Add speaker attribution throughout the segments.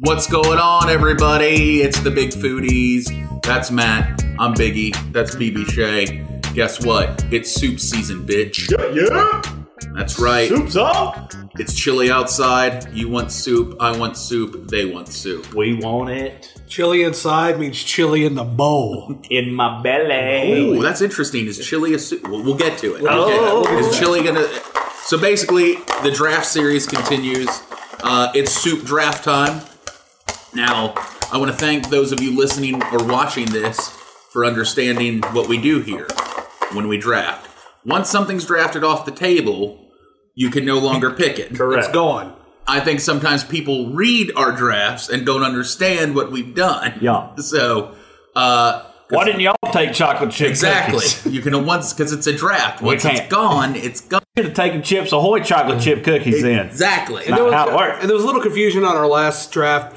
Speaker 1: What's going on, everybody? It's the Big Foodies. That's Matt. I'm Biggie. That's BB Shay. Guess what? It's soup season, bitch.
Speaker 2: Yeah, yeah.
Speaker 1: That's right.
Speaker 2: Soup's up.
Speaker 1: It's chilly outside. You want soup. I want soup. They want soup.
Speaker 2: We want it
Speaker 3: Chili inside means chili in the bowl.
Speaker 2: in my belly.
Speaker 1: Ooh, that's interesting. Is chili a soup? We'll, we'll get to it. We'll get to it. Is chili gonna? So basically, the draft series continues. Uh, it's soup draft time. Now, I want to thank those of you listening or watching this for understanding what we do here when we draft. Once something's drafted off the table, you can no longer pick it.
Speaker 2: Correct.
Speaker 3: It's gone.
Speaker 1: I think sometimes people read our drafts and don't understand what we've done.
Speaker 2: Yeah.
Speaker 1: So, uh,
Speaker 2: Why didn't y'all take chocolate chip
Speaker 1: exactly.
Speaker 2: cookies?
Speaker 1: You can once because it's a draft. Once it's
Speaker 2: can't.
Speaker 1: gone, it's gone.
Speaker 2: Should have taken chips Ahoy chocolate chip cookies in.
Speaker 1: Exactly.
Speaker 2: Not how it works.
Speaker 3: And there was a little confusion on our last draft.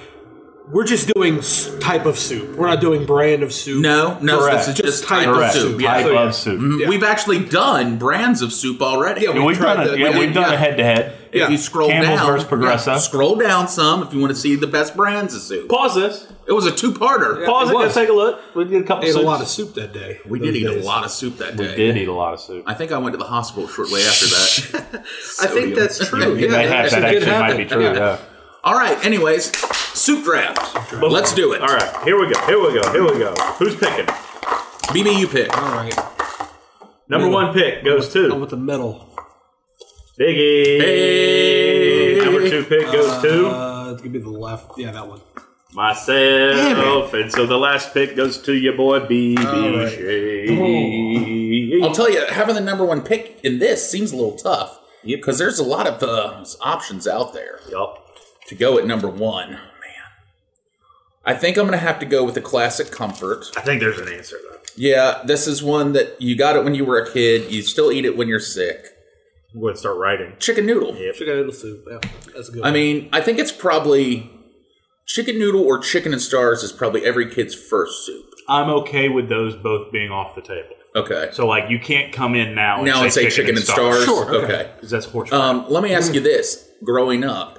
Speaker 3: We're just doing s- type of soup. We're not doing brand of soup.
Speaker 1: No, no.
Speaker 2: Correct.
Speaker 1: This is just
Speaker 3: Just
Speaker 1: type of
Speaker 2: Correct.
Speaker 1: soup. Yeah.
Speaker 2: Type
Speaker 3: So, Mm, yeah.
Speaker 2: of soup.
Speaker 1: Mhm. We've actually done brands of soup already.
Speaker 3: Yeah,
Speaker 2: And
Speaker 3: we
Speaker 2: We've
Speaker 3: tried
Speaker 2: done a,
Speaker 3: that.
Speaker 2: yeah,
Speaker 3: We
Speaker 2: we've
Speaker 3: did,
Speaker 2: done a
Speaker 1: yeah.
Speaker 2: head to head.
Speaker 1: If
Speaker 3: Yeah.
Speaker 1: you scroll
Speaker 2: Campbell's
Speaker 1: down,
Speaker 2: versus Progresso.
Speaker 1: yeah, scroll down some if you want to see the best brands of soup.
Speaker 2: Pause this.
Speaker 1: It was a two-parter.
Speaker 3: Yeah.
Speaker 2: Pause
Speaker 3: it
Speaker 2: it. Let's
Speaker 3: was.
Speaker 2: take a look. We did a couple.
Speaker 3: We ate a
Speaker 2: soups.
Speaker 3: lot of soup that day.
Speaker 1: We did eat a lot of soup that day.
Speaker 2: Did eat a lot of soup.
Speaker 1: I think I went to the hospital shortly after that.
Speaker 3: I think that's true.
Speaker 2: It
Speaker 3: Yeah,
Speaker 2: may have-
Speaker 3: actually
Speaker 2: that
Speaker 3: did
Speaker 2: actually might
Speaker 3: happen.
Speaker 2: be true. Yeah.
Speaker 1: All right. Anyways, soup draft. Let's do it.
Speaker 4: All right, here we go. Here we go. Here we go. Who's picking?
Speaker 1: BB, you pick.
Speaker 3: All right.
Speaker 4: Number one pick goes
Speaker 3: I'm
Speaker 4: to
Speaker 3: with the middle.
Speaker 4: Biggie.
Speaker 1: Hey.
Speaker 4: Number two pick goes to
Speaker 3: Uh, it's gonna be the left. Yeah, that one.
Speaker 4: myself, and so the last pick goes to your boy BB
Speaker 3: right.
Speaker 4: Shady.
Speaker 1: I'll tell you, having the number one pick in this seems a little tough because there's a lot of uh, options out there
Speaker 4: Yup.
Speaker 1: to go at number one. Man, I think I'm gonna have to go with the classic comfort.
Speaker 4: I think there's an answer though.
Speaker 1: Yeah, this is one that you got it when you were a kid. You still eat it when you're sick.
Speaker 4: I'm going to start writing.
Speaker 1: Chicken noodle.
Speaker 3: Chicken noodle soup. Yeah, that's a good.
Speaker 1: I mean, I think it's probably chicken noodle or chicken and stars is probably every kid's first soup.
Speaker 4: I'm okay with those both being off the table.
Speaker 1: Okay.
Speaker 4: So like, you can't come in now and
Speaker 1: now
Speaker 4: say,
Speaker 1: and say chicken, and stars.
Speaker 3: Sure, okay.
Speaker 1: okay.
Speaker 4: because that's horse.
Speaker 1: Um, let me ask you this: Growing up,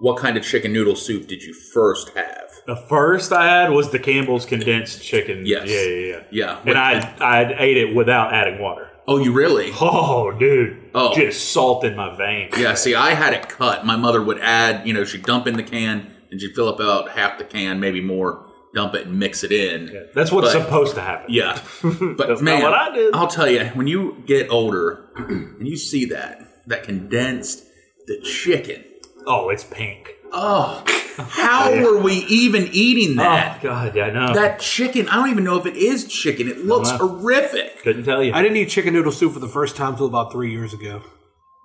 Speaker 1: what kind of chicken noodle soup did you first have?
Speaker 4: The first I had was the Campbell's condensed chicken.
Speaker 1: Yes.
Speaker 4: Yeah, yeah, yeah.
Speaker 1: Yeah.
Speaker 4: And I I ate it without adding water.
Speaker 1: Oh, you really?
Speaker 4: Oh, dude.
Speaker 1: Oh.
Speaker 4: Just salt in my veins.
Speaker 1: Yeah. See, I had it cut. My mother would add, you know, she'd dump in the can and she'd fill up about half the can, maybe more. Dump it and mix it in.
Speaker 4: That's what's
Speaker 1: But-
Speaker 4: supposed to happen.
Speaker 1: Yeah. But
Speaker 4: That's not
Speaker 1: man,
Speaker 4: what I did.
Speaker 1: will tell you, when you get older and you see that that condensed the chicken.
Speaker 4: Oh, it's pink.
Speaker 1: Oh, how were we even eating
Speaker 4: Oh
Speaker 1: that?
Speaker 4: God, yeah, I know.
Speaker 1: That chicken, I don't even know if it is chicken. It looks
Speaker 4: know.
Speaker 1: horrific.
Speaker 4: Couldn't tell you.
Speaker 3: I didn't eat chicken noodle soup for the first time until about three years ago.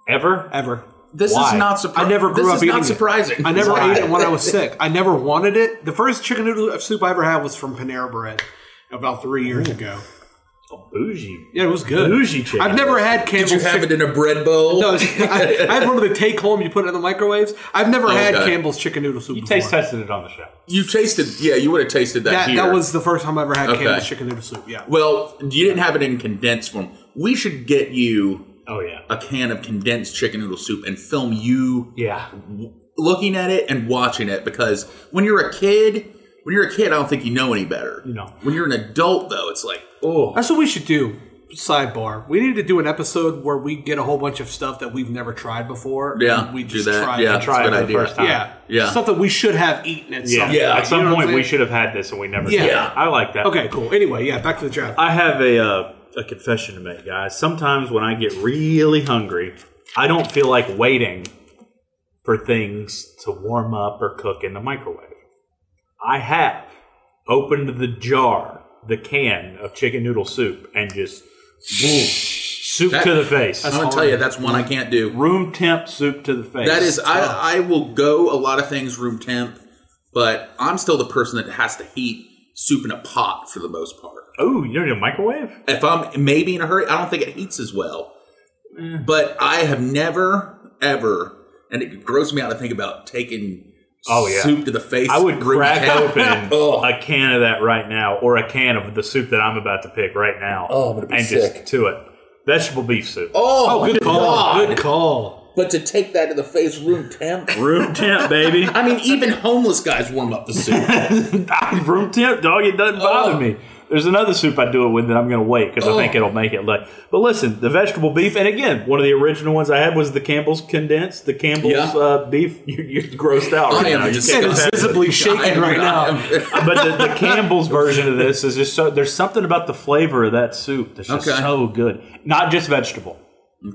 Speaker 4: Ever?
Speaker 3: Ever.
Speaker 1: This is
Speaker 4: Why?
Speaker 1: not surprising.
Speaker 3: I never grew
Speaker 1: this
Speaker 3: up
Speaker 1: is
Speaker 3: eating
Speaker 1: not
Speaker 3: it.
Speaker 1: surprising.
Speaker 3: I never
Speaker 1: Why?
Speaker 3: ate it when I was sick. I never wanted it. The first chicken noodle soup I ever had was from Panera Bread about three years ago.
Speaker 4: A bougie.
Speaker 3: Yeah, it was good.
Speaker 4: Bougie chicken.
Speaker 3: I've never had
Speaker 1: Did
Speaker 3: Campbell's
Speaker 1: you have
Speaker 3: chicken.
Speaker 1: it in a bread bowl?
Speaker 3: No, I, I have one of the take home you put it in the microwaves. I've never had
Speaker 1: Okay.
Speaker 3: Campbell's chicken noodle soup.
Speaker 4: You
Speaker 3: before.
Speaker 4: taste tested it on the show.
Speaker 1: you tasted. Yeah, you would have tasted that.
Speaker 3: that,
Speaker 1: here.
Speaker 3: that was the first time I ever had
Speaker 1: Okay.
Speaker 3: Campbell's chicken noodle soup. Yeah.
Speaker 1: Well, you didn't have it in condensed form. We should get you
Speaker 4: Oh yeah.
Speaker 3: Uh,
Speaker 1: a can of condensed chicken noodle soup and film you
Speaker 4: Yeah.
Speaker 1: looking at it and watching it because when you're a kid, when you're a kid, I don't think you know any better. You
Speaker 4: know.
Speaker 1: When you're an adult, though, it's like, oh,
Speaker 3: That's what we should do. Sidebar: We need to do an episode where we get a whole bunch of stuff that we've never tried before.
Speaker 1: yeah,
Speaker 3: and we
Speaker 1: do
Speaker 3: just
Speaker 1: that.
Speaker 3: try
Speaker 1: yeah,
Speaker 3: it.
Speaker 4: Try
Speaker 1: that's a good
Speaker 4: it for the
Speaker 1: idea.
Speaker 4: first time.
Speaker 3: Yeah,
Speaker 1: Yeah.
Speaker 3: stuff that we should have eaten at
Speaker 4: Yeah.
Speaker 3: some.
Speaker 1: Yeah.
Speaker 3: point,
Speaker 1: You
Speaker 4: At some
Speaker 3: know what I'm
Speaker 4: point, we
Speaker 3: saying?
Speaker 4: should have had this, and we never.
Speaker 3: Yeah.
Speaker 4: did. I like that.
Speaker 3: Okay, cool. Anyway, yeah, back to the draft.
Speaker 4: I have a uh, a confession to make, guys. Sometimes when I get really hungry, I don't feel like waiting for things to warm up or cook in the microwave. I have opened the jar, the can of chicken noodle soup, and just soup
Speaker 1: That-
Speaker 4: to the face.
Speaker 1: I'm gonna tell you, that's one I can't do.
Speaker 4: Room temp soup to the face.
Speaker 1: That is, I, I will go a lot of things room temp, but I'm still the person that has to heat soup in a pot for the most part.
Speaker 4: Oh, you don't need a microwave?
Speaker 1: If I'm maybe in a hurry, I don't think it heats as well.
Speaker 4: Eh.
Speaker 1: But I have never, ever, and it grosses me out to think about taking
Speaker 4: Oh, yeah.
Speaker 1: soup to the face.
Speaker 4: I would
Speaker 1: room
Speaker 4: crack
Speaker 1: temp.
Speaker 4: open
Speaker 1: oh,
Speaker 4: a can of that right now, or a can of the soup that I'm about to pick right now,
Speaker 1: Oh, I'm gonna be
Speaker 4: and
Speaker 1: sick.
Speaker 4: just to it. Vegetable beef soup.
Speaker 1: oh,
Speaker 3: good call.
Speaker 1: God.
Speaker 3: Good call.
Speaker 1: But to take that to the face, room temp.
Speaker 4: Room temp, baby.
Speaker 1: I mean, even homeless guys warm up the soup.
Speaker 4: room temp, dog. It doesn't bother
Speaker 1: Oh.
Speaker 4: me. There's another soup I do it with that I'm going to wait because
Speaker 1: Oh.
Speaker 4: I think it'll make it. Like, but listen, the vegetable beef, and again, one of the original ones I had was the Campbell's condensed. The Campbell's
Speaker 1: Yeah.
Speaker 4: uh, beef. You, you're grossed out right
Speaker 1: I am
Speaker 4: now. You
Speaker 1: just
Speaker 4: can't
Speaker 1: so
Speaker 4: pass it.
Speaker 3: visibly shaking right now.
Speaker 4: but the, the Campbell's version of this is just so. There's something about the flavor of that soup that's just
Speaker 1: Okay.
Speaker 4: so good. Not just vegetable.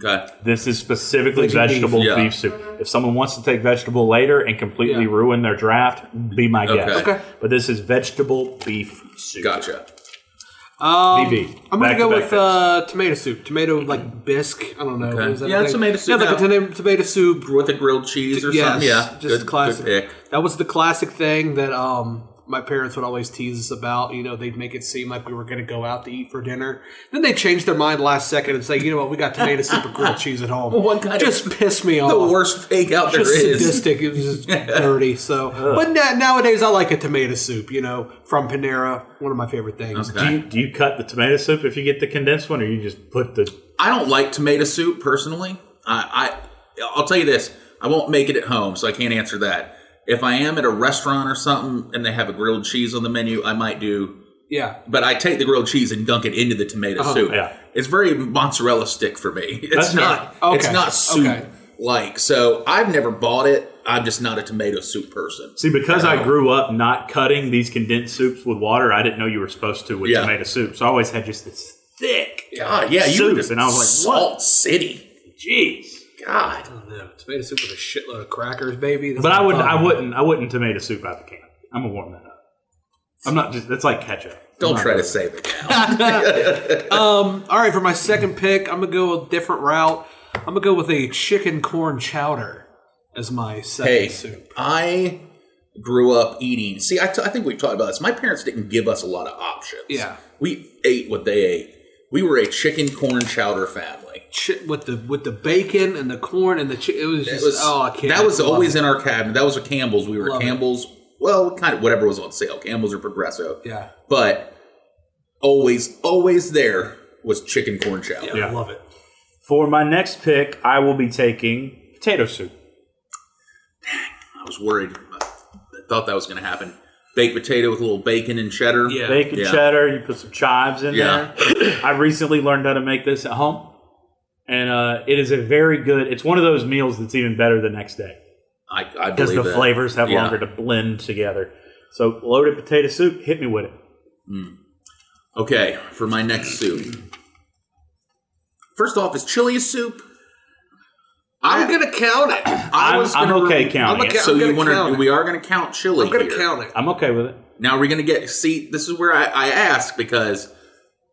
Speaker 1: okay.
Speaker 4: This is specifically
Speaker 3: Vegan beef.
Speaker 4: vegetable beef,
Speaker 1: Yeah.
Speaker 4: soup. If someone wants to take vegetable later and completely
Speaker 3: Yeah.
Speaker 4: ruin their draft, be my guest.
Speaker 1: Okay. Okay.
Speaker 4: But this is vegetable beef soup.
Speaker 1: Gotcha.
Speaker 4: BB.
Speaker 3: Um, I'm gonna
Speaker 4: Back
Speaker 3: go
Speaker 4: back
Speaker 3: with
Speaker 4: fits.
Speaker 3: uh, tomato soup. Tomato like bisque. I don't know.
Speaker 1: Okay.
Speaker 3: Is that
Speaker 1: Yeah,
Speaker 3: a thing?
Speaker 1: tomato soup,
Speaker 3: Yeah, like
Speaker 1: yeah.
Speaker 3: a toma- tomato soup.
Speaker 1: With a grilled cheese or
Speaker 3: yes,
Speaker 1: something. Yeah.
Speaker 3: just
Speaker 1: good-
Speaker 3: classic.
Speaker 1: Good pick.
Speaker 3: That was the classic thing that um, my parents would always tease us about. You know, they'd make it seem like we were going to go out to eat for dinner. Then they changed their mind last second and say, you know what, we got tomato soup and grilled cheese at home.
Speaker 1: What kind of-
Speaker 3: just piss me off.
Speaker 1: The
Speaker 4: Oh.
Speaker 1: worst fake out there
Speaker 3: Just
Speaker 1: is.
Speaker 3: sadistic. It was just dirty. So, but na- nowadays I like a tomato soup. You know, from Panera, one of my favorite things.
Speaker 1: Okay.
Speaker 4: do you, do you cut the tomato soup if you get the condensed one, or you just put the?
Speaker 1: I don't like tomato soup personally. I, I I'll tell you this: I won't make it at home, so I can't answer that. If I am at a restaurant or something and they have a grilled cheese on the menu, I might do.
Speaker 3: Yeah,
Speaker 1: But I take the grilled cheese and dunk it into the tomato soup.
Speaker 4: Uh-huh. yeah.
Speaker 1: It's very mozzarella stick for me. It's
Speaker 4: That's fair.
Speaker 1: not. It's
Speaker 3: Okay,
Speaker 1: not soup
Speaker 3: okay.
Speaker 1: like. So I've never bought it. I'm just not a tomato soup person.
Speaker 4: See, because I grew up not cutting these condensed soups with water, I didn't know you were supposed to with
Speaker 1: Yeah.
Speaker 4: tomato soup. So I always had just this thick.
Speaker 1: God, yeah, you were
Speaker 4: Soup,
Speaker 1: just
Speaker 4: and I was like, what?
Speaker 1: Salt City.
Speaker 4: Jeez.
Speaker 1: God.
Speaker 3: No, tomato soup with a shitload of crackers, baby. That's
Speaker 4: But
Speaker 3: what
Speaker 4: I
Speaker 3: I'm
Speaker 4: wouldn't.
Speaker 3: talking
Speaker 4: I
Speaker 3: about.
Speaker 4: wouldn't. I wouldn't tomato soup out of the can. I'm gonna warm that up. I'm not just. That's like ketchup.
Speaker 1: Don't try to save it now.
Speaker 3: Um, All right, for my second pick, I'm gonna go a different route. I'm gonna go with a chicken corn chowder as my second
Speaker 1: Hey,
Speaker 3: soup.
Speaker 1: I grew up eating. See, I, t- I think we've talked about this. My parents didn't give us a lot of options.
Speaker 3: Yeah.
Speaker 1: We ate what they ate. We were a chicken corn chowder family.
Speaker 3: Chi- with the with the bacon and the corn and the chi- it was
Speaker 1: It
Speaker 3: just
Speaker 1: was,
Speaker 3: oh I can't.
Speaker 1: that was
Speaker 3: I love
Speaker 1: always
Speaker 3: it.
Speaker 1: in our cabinet. That was a Campbell's. We were
Speaker 3: Love it.
Speaker 1: Campbell's. Well, kind of whatever was on sale. Campbell's or Progresso.
Speaker 3: yeah.
Speaker 1: But always, always there was chicken corn chowder.
Speaker 3: yeah, I love it.
Speaker 4: For my next pick, I will be taking potato soup.
Speaker 1: I was worried. I thought that was going to happen. Baked potato with a little bacon and cheddar.
Speaker 3: Yeah.
Speaker 4: Bacon
Speaker 1: Yeah.
Speaker 4: cheddar. You put some chives in
Speaker 1: Yeah.
Speaker 4: there. I recently learned how to make this at home, and uh, it is a very good. It's one of those meals that's even better the next day
Speaker 1: I, I
Speaker 4: because
Speaker 1: believe
Speaker 4: the
Speaker 1: that.
Speaker 4: flavors have
Speaker 1: Yeah.
Speaker 4: longer to blend together. So loaded potato soup. Hit me with it.
Speaker 1: Okay, for my next soup. First off, is chili a soup?
Speaker 3: I'm gonna count it.
Speaker 1: I
Speaker 4: I'm,
Speaker 1: was
Speaker 4: I'm
Speaker 1: gonna
Speaker 4: okay
Speaker 1: re-
Speaker 4: counting
Speaker 3: I'm
Speaker 4: it.
Speaker 3: okay-
Speaker 1: So you
Speaker 3: gonna
Speaker 1: want to?
Speaker 3: count it.
Speaker 1: We are going to count chili.
Speaker 3: I'm gonna
Speaker 1: here.
Speaker 3: count it.
Speaker 4: I'm okay with it.
Speaker 1: Now we're going to get. See, this is where I, I ask because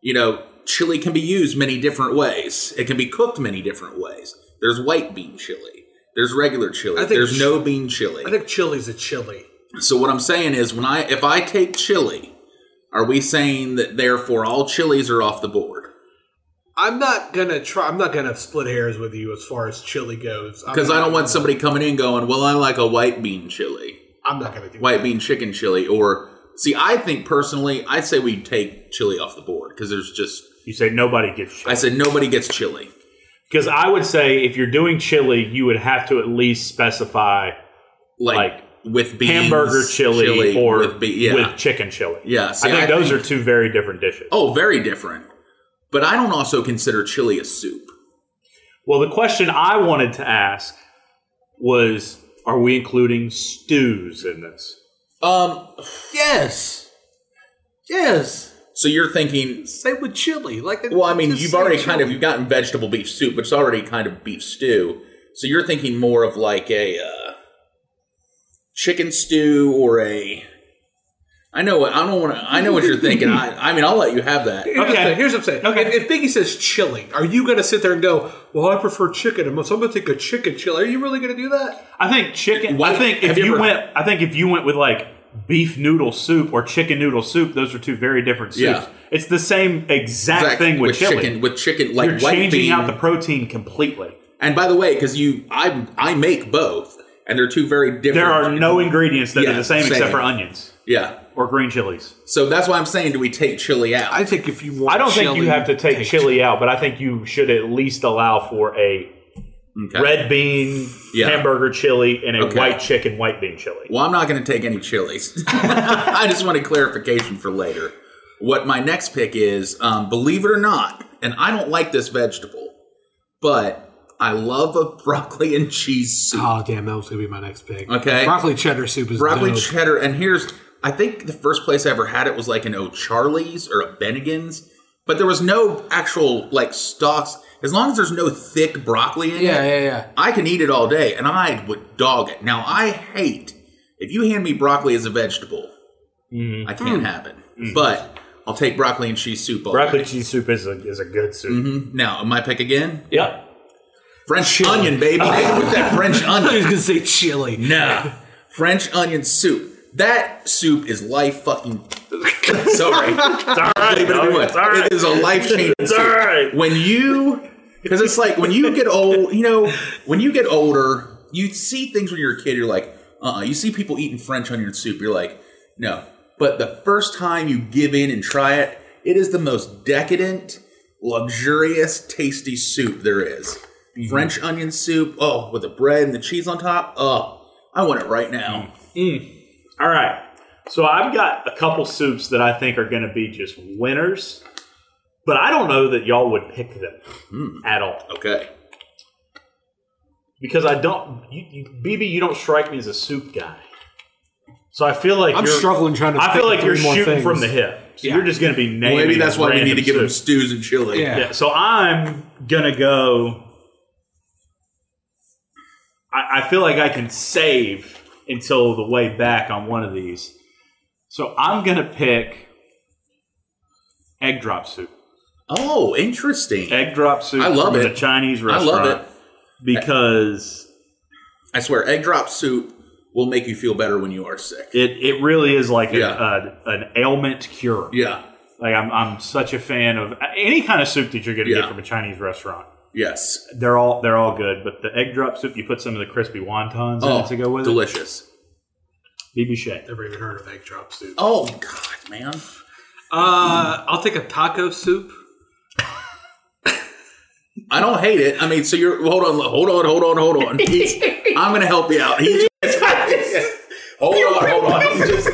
Speaker 1: you know chili can be used many different ways. It can be cooked many different ways. There's white bean chili. There's regular chili.
Speaker 3: I think
Speaker 1: There's
Speaker 3: ch-
Speaker 1: no bean chili.
Speaker 3: I think chili's a chili.
Speaker 1: So what I'm saying is, when I if I take chili, are we saying that therefore all chilies are off the board?
Speaker 3: I'm not gonna try. I'm not gonna split hairs with you as far as chili goes I'm
Speaker 1: Because I
Speaker 3: not
Speaker 1: don't want
Speaker 3: gonna-
Speaker 1: somebody coming in going, "Well, I like a white bean chili,
Speaker 3: I'm not gonna do
Speaker 1: white bean chicken chili," or see, I think personally, I say we take chili off the board because there's just
Speaker 4: You say nobody gets shit.
Speaker 1: I said nobody gets chili.
Speaker 4: Because I would say if you're doing chili, you would have to at least specify
Speaker 1: Like,
Speaker 4: Like,
Speaker 1: with beans,
Speaker 4: hamburger chili, or with,
Speaker 1: be- yeah.
Speaker 4: chicken chili.
Speaker 1: Yeah, see,
Speaker 4: I think
Speaker 1: I
Speaker 4: those
Speaker 1: think-
Speaker 4: are two very different dishes.
Speaker 1: oh, very different. But I don't also consider chili a soup.
Speaker 4: Well, the question I wanted to ask was are we including stews in this?
Speaker 1: Um,
Speaker 3: Yes, yes.
Speaker 1: so you're thinking
Speaker 3: Same with chili. Like
Speaker 1: Well, I mean,
Speaker 3: just
Speaker 1: you've
Speaker 3: say
Speaker 1: already
Speaker 3: chili.
Speaker 1: kind of you've gotten vegetable beef soup, which is already kind of beef stew. So you're thinking more of like a uh, chicken stew or a. I know what I don't want to. I know what you're thinking. I, I mean, I'll let you have that.
Speaker 3: Here's
Speaker 4: Okay.
Speaker 3: okay. Here's what I'm saying.
Speaker 4: Okay.
Speaker 3: If, if Biggie says chili, are you going to sit there and go, "Well, I prefer chicken," and so I'm going to take a chicken chili? Are you really going to do that?
Speaker 4: I think chicken.
Speaker 1: Why-
Speaker 4: I think
Speaker 1: have
Speaker 4: if
Speaker 1: you
Speaker 4: you
Speaker 1: ever-
Speaker 4: went, I think if you went with like beef noodle soup or chicken noodle soup, those are two very different soups.
Speaker 1: Yeah.
Speaker 4: It's the same exact thing with, chili.
Speaker 1: chicken, with chicken, like
Speaker 4: You're
Speaker 1: white
Speaker 4: changing
Speaker 1: bean.
Speaker 4: out the protein completely.
Speaker 1: and by the way, because you, I, I make both, and they're two very different.
Speaker 4: There are no ingredients that are
Speaker 1: Yeah,
Speaker 4: the same,
Speaker 1: same.
Speaker 4: except for onions
Speaker 1: Yeah,
Speaker 4: or green chilies.
Speaker 1: so that's why I'm saying, do we take chili out?
Speaker 3: I think if you want,
Speaker 4: I don't think
Speaker 3: chili,
Speaker 4: you have to take,
Speaker 3: take
Speaker 4: chili out, but I think you should at least allow for a
Speaker 1: Okay.
Speaker 4: Red bean
Speaker 1: Yeah.
Speaker 4: hamburger chili and a
Speaker 1: Okay.
Speaker 4: white chicken white bean chili.
Speaker 1: Well, I'm not going to take any chilies. I just wanted clarification for later. What my next pick is, um, believe it or not, and I don't like this vegetable, but I love a broccoli and cheese soup.
Speaker 3: Oh damn, that was gonna be my next pick.
Speaker 1: Okay.
Speaker 3: broccoli cheddar soup is
Speaker 1: broccoli
Speaker 3: dope.
Speaker 1: cheddar, and here's I think the first place I ever had it was like an O'Charlie's or a Bennigan's, but there was no actual like stalks. As long as there's no thick broccoli in it,
Speaker 3: yeah, yeah, yeah.
Speaker 1: I can eat it all day, and I would dog it. Now I hate if you hand me broccoli as a vegetable.
Speaker 4: Mm-hmm.
Speaker 1: I can't have it, but I'll take broccoli and cheese soup. All
Speaker 4: Mm. Broccoli cheese soup is a, is a good soup.
Speaker 1: day. Now, my pick again:
Speaker 4: Yep.
Speaker 1: French onion, baby. Hit with that French
Speaker 3: I was
Speaker 1: onion.
Speaker 3: gonna say chili.
Speaker 1: Nah, French onion soup. That soup is life fucking. Sorry.
Speaker 4: It's all right. dog.
Speaker 1: Anyway,
Speaker 4: It's all right.
Speaker 1: It is a life changing.
Speaker 4: It's all right.
Speaker 1: When you, because it's like when you get old, you know, when you get older, you see things when you're a kid. You're like, uh, uh you see people eating French onion soup. You're like, no. But the first time you give in and try it, it is the most decadent, luxurious, tasty soup there is. French onion soup. Oh, with the bread and the cheese on top. Oh, I want it right now.
Speaker 4: All right. So I've got a couple soups that I think are going to be just winners, but I don't know that y'all would pick them
Speaker 1: Hmm.
Speaker 4: at all
Speaker 1: Okay.
Speaker 4: because I don't. You, you, BB, you don't strike me as a soup guy. So I feel like
Speaker 3: I'm
Speaker 4: you're,
Speaker 3: struggling trying to.
Speaker 4: I feel
Speaker 3: pick
Speaker 4: like you're
Speaker 3: three more
Speaker 4: shooting
Speaker 3: things.
Speaker 4: from the hip. So
Speaker 3: Yeah.
Speaker 4: you're just going to be naming.
Speaker 1: Maybe that's why we need to
Speaker 4: random
Speaker 1: give them
Speaker 4: soups.
Speaker 1: stews and chili.
Speaker 3: Yeah.
Speaker 4: Yeah. So I'm gonna go. I, I feel like I can save until the way back on one of these. So I'm gonna pick egg drop soup.
Speaker 1: Oh, interesting.
Speaker 4: Egg drop soup.
Speaker 1: I love
Speaker 4: from
Speaker 1: it.
Speaker 4: The Chinese
Speaker 1: I
Speaker 4: restaurant.
Speaker 1: love it.
Speaker 4: because
Speaker 1: I swear, egg drop soup will make you feel better when you are sick.
Speaker 4: it, it really is like a-
Speaker 1: Yeah.
Speaker 4: a, an ailment cure.
Speaker 1: Yeah.
Speaker 4: Like I'm I'm such a fan of any kind of soup that you're gonna
Speaker 1: Yeah.
Speaker 4: get from a Chinese restaurant.
Speaker 1: Yes.
Speaker 4: They're all they're all good, but the egg drop soup you put some of the crispy wontons in
Speaker 1: Oh,
Speaker 4: it to go with it.
Speaker 1: delicious.
Speaker 4: BB Shay.
Speaker 3: Never even heard of egg drop soup.
Speaker 1: Oh God, man.
Speaker 5: Uh, I'll take a taco soup.
Speaker 1: I don't hate it. I mean, so you're hold on, hold on, hold on, hold on. He's, I'm gonna help you out. He's hold on, hold on. He's just,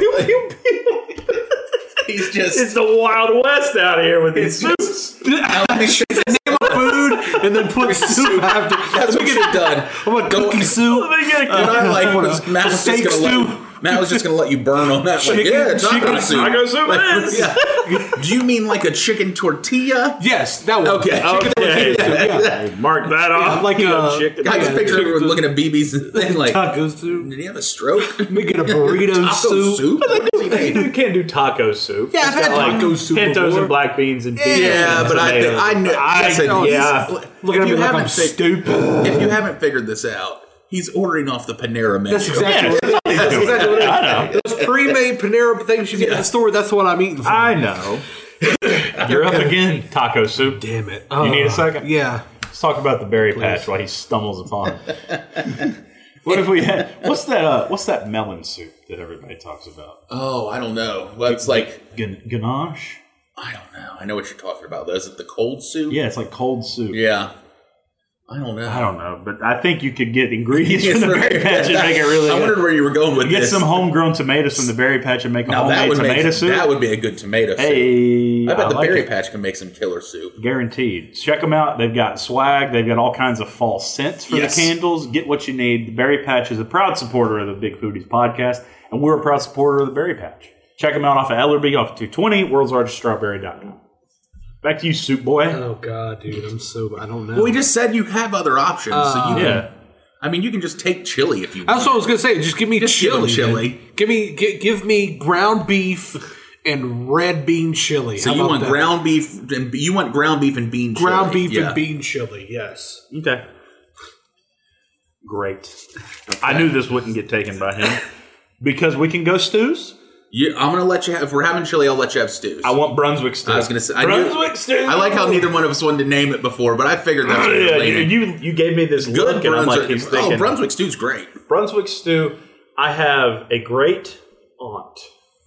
Speaker 1: he's just
Speaker 4: It's the Wild West out here with these soups.
Speaker 3: Food and then put soup after.
Speaker 1: that's what we get done.
Speaker 3: I'm a
Speaker 1: Don't-
Speaker 3: cookie soup.
Speaker 4: They get a-
Speaker 1: What I like was Matt was just
Speaker 3: steak
Speaker 1: gonna
Speaker 3: stew.
Speaker 1: let Matt was just gonna let you burn on that. Like,
Speaker 3: Chicken-
Speaker 1: yeah, taco
Speaker 3: chicken
Speaker 1: soup.
Speaker 4: taco soup it is.
Speaker 1: yeah. Do you mean like a chicken tortilla?
Speaker 3: Yes, that one.
Speaker 1: Okay.
Speaker 4: Okay. Hey, Mark that off.
Speaker 3: Like a chicken.
Speaker 1: I just
Speaker 3: Yeah,
Speaker 1: picture everyone looking at BB's thing like,
Speaker 3: taco soup.
Speaker 1: did he have a stroke?
Speaker 3: Let me get a burrito
Speaker 1: Taco
Speaker 3: soup.
Speaker 1: soup? What does he mean?
Speaker 4: You can do taco soup.
Speaker 3: Yeah, I've had taco soup
Speaker 4: Pintos
Speaker 3: before.
Speaker 4: and black beans and beans
Speaker 1: Yeah,
Speaker 4: and
Speaker 1: but I think
Speaker 4: tomatoes.
Speaker 1: I knew.
Speaker 4: I-
Speaker 1: I said,
Speaker 4: yeah.
Speaker 1: he's-
Speaker 3: Look
Speaker 1: if
Speaker 3: at me
Speaker 1: you
Speaker 3: like
Speaker 1: haven't
Speaker 3: I'm
Speaker 1: fig-
Speaker 3: stupid.
Speaker 1: If you haven't figured this out, he's ordering off the Panera menu.
Speaker 3: That's exactly
Speaker 4: Yeah,
Speaker 3: what it is. That's exactly what it is.
Speaker 4: I know.
Speaker 3: Those pre-made Panera things you get at the store, that's what I'm eating. For.
Speaker 4: I know. You're up again. Taco soup.
Speaker 3: Damn it.
Speaker 4: You
Speaker 3: Uh,
Speaker 1: Uh,
Speaker 4: need a second?
Speaker 3: Yeah.
Speaker 4: Let's talk about the berry patch while he stumbles upon. it. what if we had? What's that? Uh, what's that melon soup that everybody talks about?
Speaker 1: oh, I don't know. Well, it's like
Speaker 4: Gan- ganache.
Speaker 1: I don't know. I know what you're talking about. though. Is it the cold soup?
Speaker 4: Yeah, it's like cold soup.
Speaker 1: Yeah. I don't know.
Speaker 4: I don't know, but I think you could get ingredients
Speaker 1: Yes,
Speaker 4: from the
Speaker 1: right.
Speaker 4: berry patch and make it really.
Speaker 1: I
Speaker 4: good.
Speaker 1: wondered where you were going with
Speaker 4: Get
Speaker 1: this.
Speaker 4: some homegrown tomatoes from the berry patch and make a
Speaker 1: Now, that
Speaker 4: homemade
Speaker 1: would
Speaker 4: tomato
Speaker 1: make
Speaker 4: soup.
Speaker 1: that would be a good tomato soup.
Speaker 4: hey,
Speaker 1: I bet the
Speaker 4: like
Speaker 1: berry
Speaker 4: it.
Speaker 1: patch can make some killer soup.
Speaker 4: Guaranteed. Check them out. They've got swag. They've got all kinds of fall scents for
Speaker 1: Yes.
Speaker 4: the candles. Get what you need. The Berry Patch is a proud supporter of the Big Foodies podcast, and we're a proud supporter of the Berry Patch. Check them out off of Ellerby off 220, world's largest strawberry.com. Back to you, Soup Boy.
Speaker 3: Oh god, dude, I'm so I don't know.
Speaker 1: Well, we just said you have other options. so you can,
Speaker 4: Uh, yeah.
Speaker 1: I mean, you can just take chili if you want.
Speaker 3: That's what I was gonna say. Just give me
Speaker 1: Just give
Speaker 3: chili.
Speaker 1: them chili.
Speaker 3: man. Give me gi- give me ground beef and red bean chili.
Speaker 1: So you want ground beef and you want ground beef and bean chili.
Speaker 3: ground beef
Speaker 1: Yeah.
Speaker 3: and bean chili? Yes.
Speaker 4: Okay. Great. I knew this wouldn't get taken by him because we can go stews.
Speaker 1: You, I'm gonna let you have. If we're having chili, I'll let you have stews.
Speaker 4: I want Brunswick stew.
Speaker 1: I was gonna say. I, knew,
Speaker 4: Brunswick stew.
Speaker 1: I like how neither one of us wanted to name it before, but I figured that's what
Speaker 4: Yeah,
Speaker 1: yeah,
Speaker 4: you, you you gave me this
Speaker 1: Good
Speaker 4: look, and I'm like,
Speaker 1: Brunswick.
Speaker 4: he's thinking.
Speaker 1: oh, Brunswick stew's great.
Speaker 4: Brunswick stew. I have a great aunt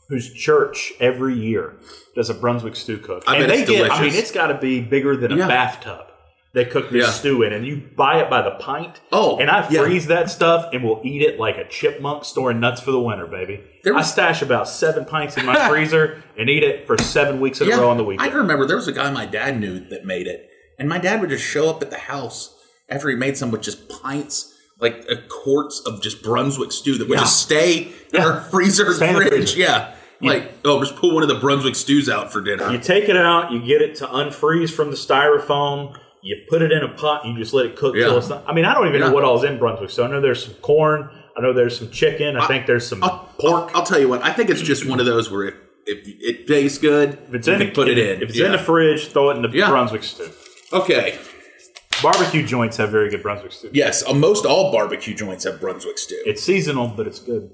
Speaker 4: whose church every year does a Brunswick stew cook.
Speaker 1: I bet it's
Speaker 4: get, I
Speaker 1: delicious.
Speaker 4: mean, it's got to be bigger than
Speaker 1: Yeah.
Speaker 4: a bathtub. they cook this
Speaker 1: Yeah.
Speaker 4: stew in, and you buy it by the pint.
Speaker 1: Oh,
Speaker 4: and I
Speaker 1: yeah.
Speaker 4: freeze that stuff, and we'll eat it like a chipmunk storing nuts for the winter, baby.
Speaker 1: There
Speaker 4: I
Speaker 1: was-
Speaker 4: stash about seven pints in my freezer and eat it for seven weeks in a row on the weekend.
Speaker 1: I remember there was a guy my dad knew that made it, and my dad would just show up at the house after he made some with just pints, like a quarts of just Brunswick stew that would just stay in our freezer
Speaker 4: Stay in the
Speaker 1: fridge.
Speaker 4: freezer.
Speaker 1: Yeah. Like, oh, just pull one of the Brunswick stews out for dinner.
Speaker 4: You take it out, you get it to unfreeze from the styrofoam, you put it in a pot, you just let it cook
Speaker 1: Yeah.
Speaker 4: till it's not. I mean, I don't even
Speaker 1: Yeah.
Speaker 4: know what all's in Brunswick. So I know there's some corn, I know there's some chicken, I, think there's some pork.
Speaker 1: I'll, I'll tell you what. I think it's just one of those where if, if it tastes good,
Speaker 4: if it's
Speaker 1: you
Speaker 4: in,
Speaker 1: can put
Speaker 4: if,
Speaker 1: it in.
Speaker 4: If it's
Speaker 1: Yeah.
Speaker 4: in the fridge, throw it in the
Speaker 1: Yeah.
Speaker 4: Brunswick stew.
Speaker 1: okay,
Speaker 4: Barbecue joints have very good Brunswick stew.
Speaker 1: yes, uh, most all barbecue joints have Brunswick stew.
Speaker 4: It's seasonal, but it's good.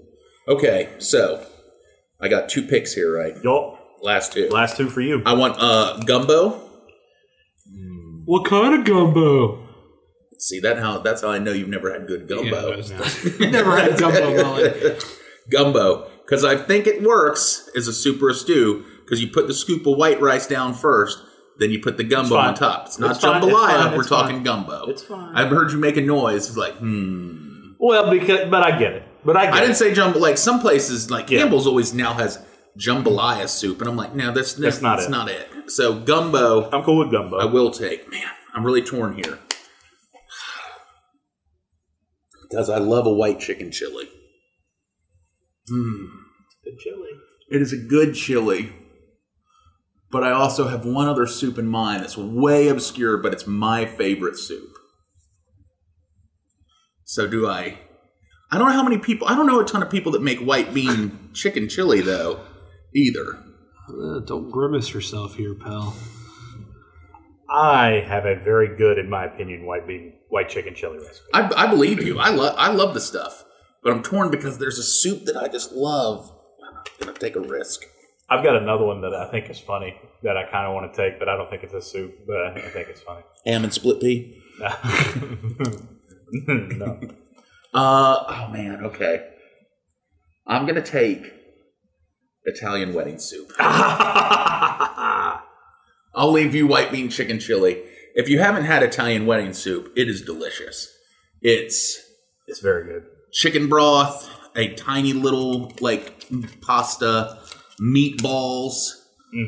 Speaker 1: Okay, so I got two picks here, right?
Speaker 4: Y'all,
Speaker 1: Last two.
Speaker 4: last two for you.
Speaker 1: I want uh, gumbo.
Speaker 5: What kind of gumbo?
Speaker 1: See that how that's how I know you've never had good gumbo.
Speaker 3: Never had gumbo melon.
Speaker 1: gumbo, because I think it works as a super stew because you put the scoop of white rice down first, then you put the gumbo
Speaker 4: fine.
Speaker 1: on top. It's not
Speaker 4: It's fine,
Speaker 1: jambalaya.
Speaker 4: it's fine,
Speaker 1: we're
Speaker 4: it's
Speaker 1: talking
Speaker 4: fine.
Speaker 1: gumbo.
Speaker 4: It's fine.
Speaker 1: I've heard you make a noise. It's like hmm.
Speaker 4: Well, because but I get it. But I get
Speaker 1: I didn't
Speaker 4: it.
Speaker 1: say jumbo. Like some places, like
Speaker 4: Yeah.
Speaker 1: Campbell's always now has jambalaya soup, and I'm like, no, that's
Speaker 4: That's not
Speaker 1: that's
Speaker 4: it.
Speaker 1: not it. So gumbo,
Speaker 4: I'm cool with gumbo.
Speaker 1: I will take. Man, I'm really torn here because I love a white chicken chili.
Speaker 4: The chili.
Speaker 1: It is a good chili, but I also have one other soup in mind that's way obscure, but it's my favorite soup. So do I. I don't know how many people. I don't know a ton of people that make white bean chicken chili though, either.
Speaker 3: Uh, Don't grimace yourself here, pal.
Speaker 4: I have a very good, in my opinion, white bean white chicken chili recipe.
Speaker 1: I, I believe you. I love. I love the stuff, but I'm torn because there's a soup that I just love. I'm gonna take a risk.
Speaker 4: I've got another one that I think is funny that I kind of want to take, but I don't think it's a soup, but I I think it's funny.
Speaker 1: Ham and split pea.
Speaker 4: no.
Speaker 1: Uh oh man, okay. I'm gonna take Italian wedding soup. I'll leave you white bean chicken chili. If you haven't had Italian wedding soup, it is delicious. It's
Speaker 4: It's very good.
Speaker 1: chicken broth, a tiny little like pasta, meatballs,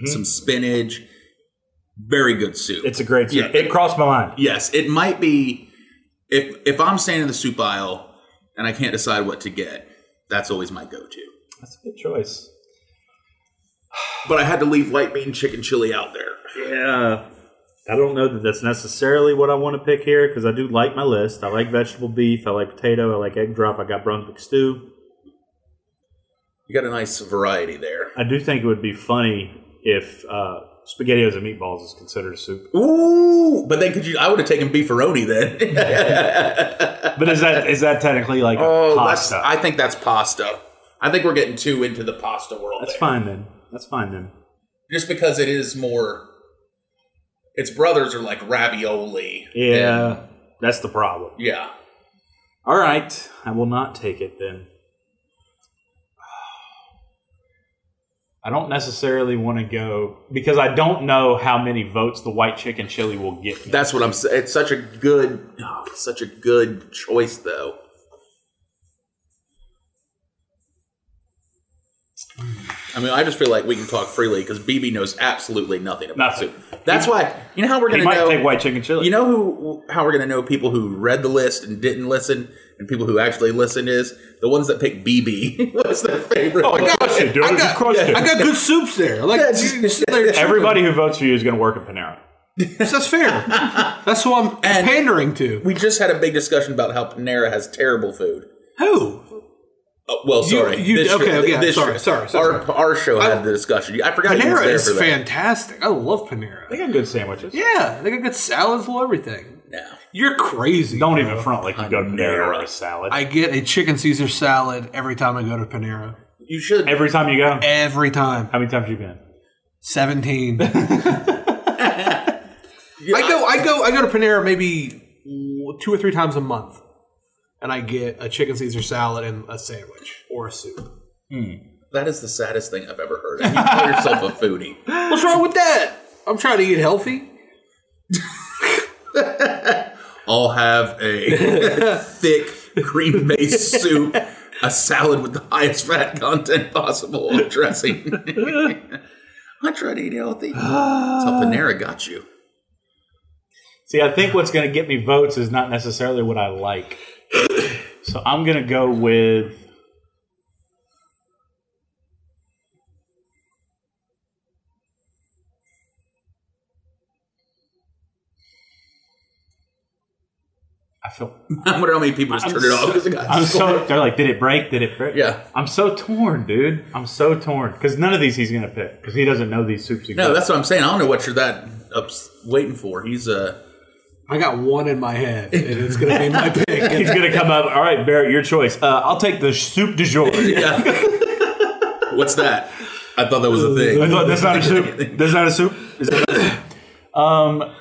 Speaker 1: some spinach. Very good soup.
Speaker 4: It's a great soup.
Speaker 1: Yeah.
Speaker 4: It crossed my mind.
Speaker 1: Yes, it might be. If if I'm standing in the soup aisle and I can't decide what to get, that's always my go-to.
Speaker 4: That's a good choice.
Speaker 1: But I had to leave white bean chicken chili out there.
Speaker 4: Yeah. I don't know that that's necessarily what I want to pick here because I do like my list. I like vegetable beef. I like potato. I like egg drop. I got Brunswick stew.
Speaker 1: You got a nice variety there.
Speaker 4: I do think it would be funny if uh, spaghettios and meatballs is considered a soup.
Speaker 1: Ooh, but then could you? I would have taken beefaroni then.
Speaker 4: But is that is that technically like a
Speaker 1: Oh, that's,
Speaker 4: pasta?
Speaker 1: I think that's pasta. I think we're getting too into the pasta world.
Speaker 4: that's
Speaker 1: there.
Speaker 4: fine then. That's fine then.
Speaker 1: Just because it is more. Its brothers are like ravioli.
Speaker 4: Yeah, that's the problem.
Speaker 1: Yeah.
Speaker 4: All right, I will not take it then. I don't necessarily want to go because I don't know how many votes the white chicken chili will get. me.
Speaker 1: That's what I'm saying. It's such a good, oh, it's such a good choice, though. I mean, I just feel like we can talk freely because BB knows absolutely nothing about
Speaker 4: Nothing.
Speaker 1: soup. That's why you know how we're
Speaker 4: He
Speaker 1: gonna
Speaker 4: might
Speaker 1: know.
Speaker 4: take white chicken chili.
Speaker 1: you know who how we're gonna know people who read the list and didn't listen, and people who actually listened is the ones that pick BB. What's their favorite? Oh,
Speaker 4: of course you do.
Speaker 3: I
Speaker 4: Of
Speaker 3: got-
Speaker 4: course you do.
Speaker 3: I got good soups there. I Like
Speaker 4: Everybody who votes for you is going to work at Panera.
Speaker 3: that's fair. That's who I'm
Speaker 1: And-
Speaker 3: pandering to.
Speaker 1: we just had a big discussion about how Panera has terrible food.
Speaker 3: Who?
Speaker 1: Oh, well, sorry.
Speaker 3: you- okay,
Speaker 1: show-
Speaker 3: okay,
Speaker 1: this
Speaker 3: sorry,
Speaker 1: show-
Speaker 3: sorry, sorry,
Speaker 1: Our, our show had the discussion. I forgot you were
Speaker 3: Panera
Speaker 1: there
Speaker 3: is
Speaker 1: for that.
Speaker 3: fantastic. I love
Speaker 4: They
Speaker 3: Panera.
Speaker 4: got good sandwiches.
Speaker 3: Yeah, they got good salads, little everything.
Speaker 1: No.
Speaker 3: You're crazy.
Speaker 4: Don't even front like you go to Panera
Speaker 1: Panera.
Speaker 4: for a salad.
Speaker 3: I get a chicken Caesar salad every time I go to Panera.
Speaker 1: You should.
Speaker 4: Every time you go,
Speaker 3: Every time.
Speaker 4: how many times you been?
Speaker 3: 17. I go I go I go to Panera maybe two or three times a month and I get a chicken Caesar salad and a sandwich or a soup.
Speaker 1: that is the saddest thing I've ever heard. And you call yourself a foodie.
Speaker 3: What's wrong with that? I'm trying to eat healthy.
Speaker 1: I'll have a thick green bay soup, a salad with the highest fat content possible and dressing. I try to eat healthy. That's how Panera got you.
Speaker 4: See, I think what's going to get me votes is not necessarily what I like. so I'm going to go with. I feel.
Speaker 1: I wonder how many people just turned it off because it got
Speaker 4: I'm so. They're like, did it break? Did it break?
Speaker 1: Yeah.
Speaker 4: I'm so torn, dude. I'm so torn because none of these he's going to pick because he doesn't know these soups.
Speaker 1: No,
Speaker 4: exist.
Speaker 1: that's what I'm saying. I don't know what you're that ups- waiting for. He's uh,
Speaker 3: I got one in my head, and it's gonna be my pick.
Speaker 4: He's gonna come up. All right, Barrett, your choice. Uh, I'll take the soup du jour.
Speaker 1: what's that? I thought that was a
Speaker 4: I
Speaker 1: thing.
Speaker 4: thought that's not a soup. That's not a soup. Is that um,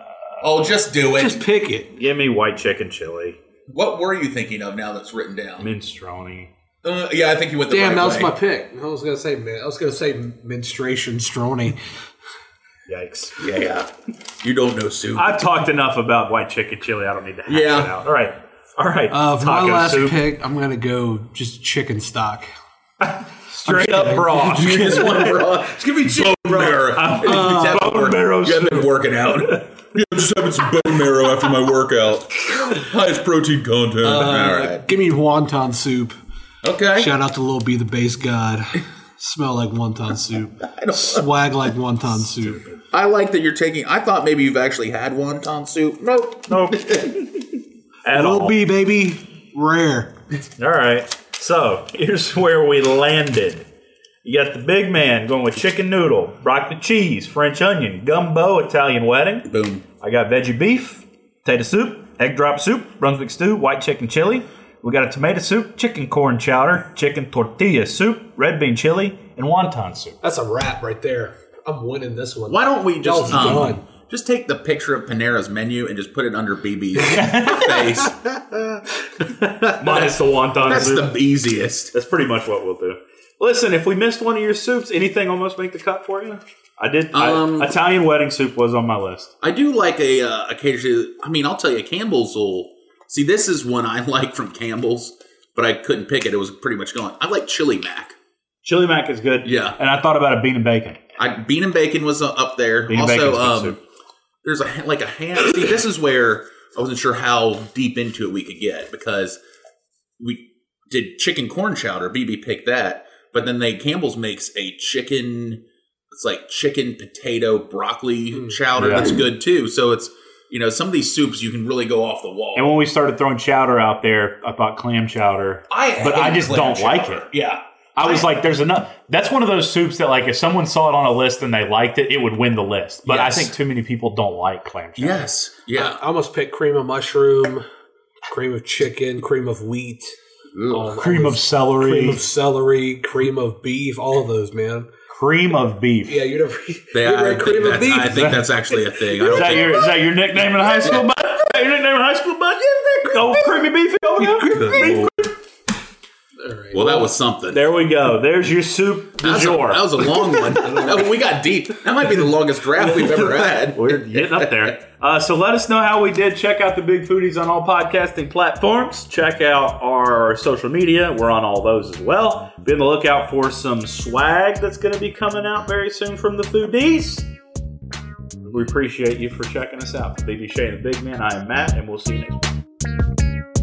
Speaker 1: Oh, just do it.
Speaker 3: Just pick it.
Speaker 4: give me white chicken chili,
Speaker 1: What were you thinking of now that's written down?
Speaker 4: minestrone.
Speaker 1: Uh, yeah, I think you went the
Speaker 3: Damn, that
Speaker 1: right
Speaker 3: was
Speaker 1: way.
Speaker 3: my pick. I was gonna say, man, I was gonna say menstruation strony.
Speaker 4: Yikes!
Speaker 1: Yeah, yeah. You don't know soup.
Speaker 4: I've talked enough about white chicken chili. I don't need to hash
Speaker 1: Yeah.
Speaker 4: it out. All right, all right.
Speaker 3: Uh, for my
Speaker 4: Taco
Speaker 3: last
Speaker 4: soup,
Speaker 3: pick, I'm gonna go just chicken stock.
Speaker 4: straight up broth.
Speaker 1: You just want broth. Just give me chicken marrow. bone
Speaker 4: marrow
Speaker 1: Yeah, I've been working out. yeah, I'm just having some bone marrow after my workout. Highest protein content. All right.
Speaker 3: Uh, Give me wonton soup.
Speaker 1: Okay.
Speaker 3: Shout out to Lil B, the bass god. Smell like wonton soup. Swag like wonton soup.
Speaker 1: I like that you're taking. I thought maybe you've actually had wonton soup. Nope.
Speaker 4: Nope. At all.
Speaker 3: Lil B, baby, rare.
Speaker 4: All right. So here's where we landed. You got the big man going with chicken noodle, broccoli cheese, French onion, gumbo, Italian wedding.
Speaker 1: Boom.
Speaker 4: I got veggie beef, potato soup, egg drop soup, Brunswick stew, white chicken chili. We got a tomato soup, chicken corn chowder, chicken tortilla soup, red bean chili, and wonton soup.
Speaker 3: That's a wrap right there. I'm winning this one.
Speaker 1: Why don't we
Speaker 3: was
Speaker 1: just um,
Speaker 3: done.
Speaker 1: just take the picture of Panera's menu and just put it under BB's face?
Speaker 4: Minus the wonton
Speaker 1: That's
Speaker 4: soup.
Speaker 1: the easiest.
Speaker 4: That's pretty much what we'll do. Listen, if we missed one of your soups, anything almost make the cut for you? I did. I-
Speaker 1: Um,
Speaker 4: Italian wedding soup was on my list.
Speaker 1: I do like a uh, occasionally. I mean, I'll tell you, Campbell's will. See, this is one I like from Campbell's, but I couldn't pick it. It was pretty much gone. I like chili mac.
Speaker 4: Chili mac is good.
Speaker 1: Yeah.
Speaker 4: And I thought about a bean and bacon.
Speaker 1: I, bean and bacon was uh, up there.
Speaker 4: Bean and
Speaker 1: also,
Speaker 4: bacon's good
Speaker 1: um,
Speaker 4: soup.
Speaker 1: there's a ha- like a ham. See, this is where I wasn't sure how deep into it we could get because we did chicken corn chowder. BB picked that, but then they Campbell's makes a chicken. It's like chicken potato broccoli
Speaker 3: Mm.
Speaker 1: chowder.
Speaker 4: Yeah.
Speaker 1: That's good too. So it's you know some of these soups you can really go off the wall.
Speaker 4: And when we started throwing chowder out there, I thought clam chowder.
Speaker 1: I
Speaker 4: but I
Speaker 1: hate
Speaker 4: just
Speaker 1: clam
Speaker 4: don't like it.
Speaker 1: chowder. Yeah.
Speaker 4: I was like, there's enough. That's one of those soups that, like, if someone saw it on a list and they liked it, it would win the list. But
Speaker 1: Yes.
Speaker 4: I think too many people don't like clam chowder.
Speaker 1: Yes. Yeah.
Speaker 3: I almost picked cream of mushroom, cream of chicken, cream of wheat, all-
Speaker 4: Cream of celery,
Speaker 3: cream of celery, cream of beef, all of those, man.
Speaker 4: beef.
Speaker 3: Yeah, you never.
Speaker 1: They-
Speaker 3: you
Speaker 1: I,
Speaker 3: never cream
Speaker 1: think
Speaker 3: of
Speaker 1: that's,
Speaker 3: beef.
Speaker 1: I think that's actually a thing. I
Speaker 4: Is
Speaker 1: don't
Speaker 4: that
Speaker 1: think
Speaker 4: your is that your nickname in high school, bud? Is that your nickname in high school, bud? Oh, creamy beef. over there.
Speaker 3: All right.
Speaker 1: well, that was something.
Speaker 4: There we go. There's your soup du
Speaker 1: That's a-
Speaker 4: jour.
Speaker 1: that was a long one. That- we got deep. That might be the longest draft we've ever had.
Speaker 4: We're getting up there. Uh, so let us know how we did. Check out the Big Foodies on all podcasting platforms. Check out our social media. We're on all those as well. Be on the lookout for some swag that's going to be coming out very soon from the Foodies. We appreciate you for checking us out. For BB Shane, the Big Man, I am Matt, and we'll see you next week.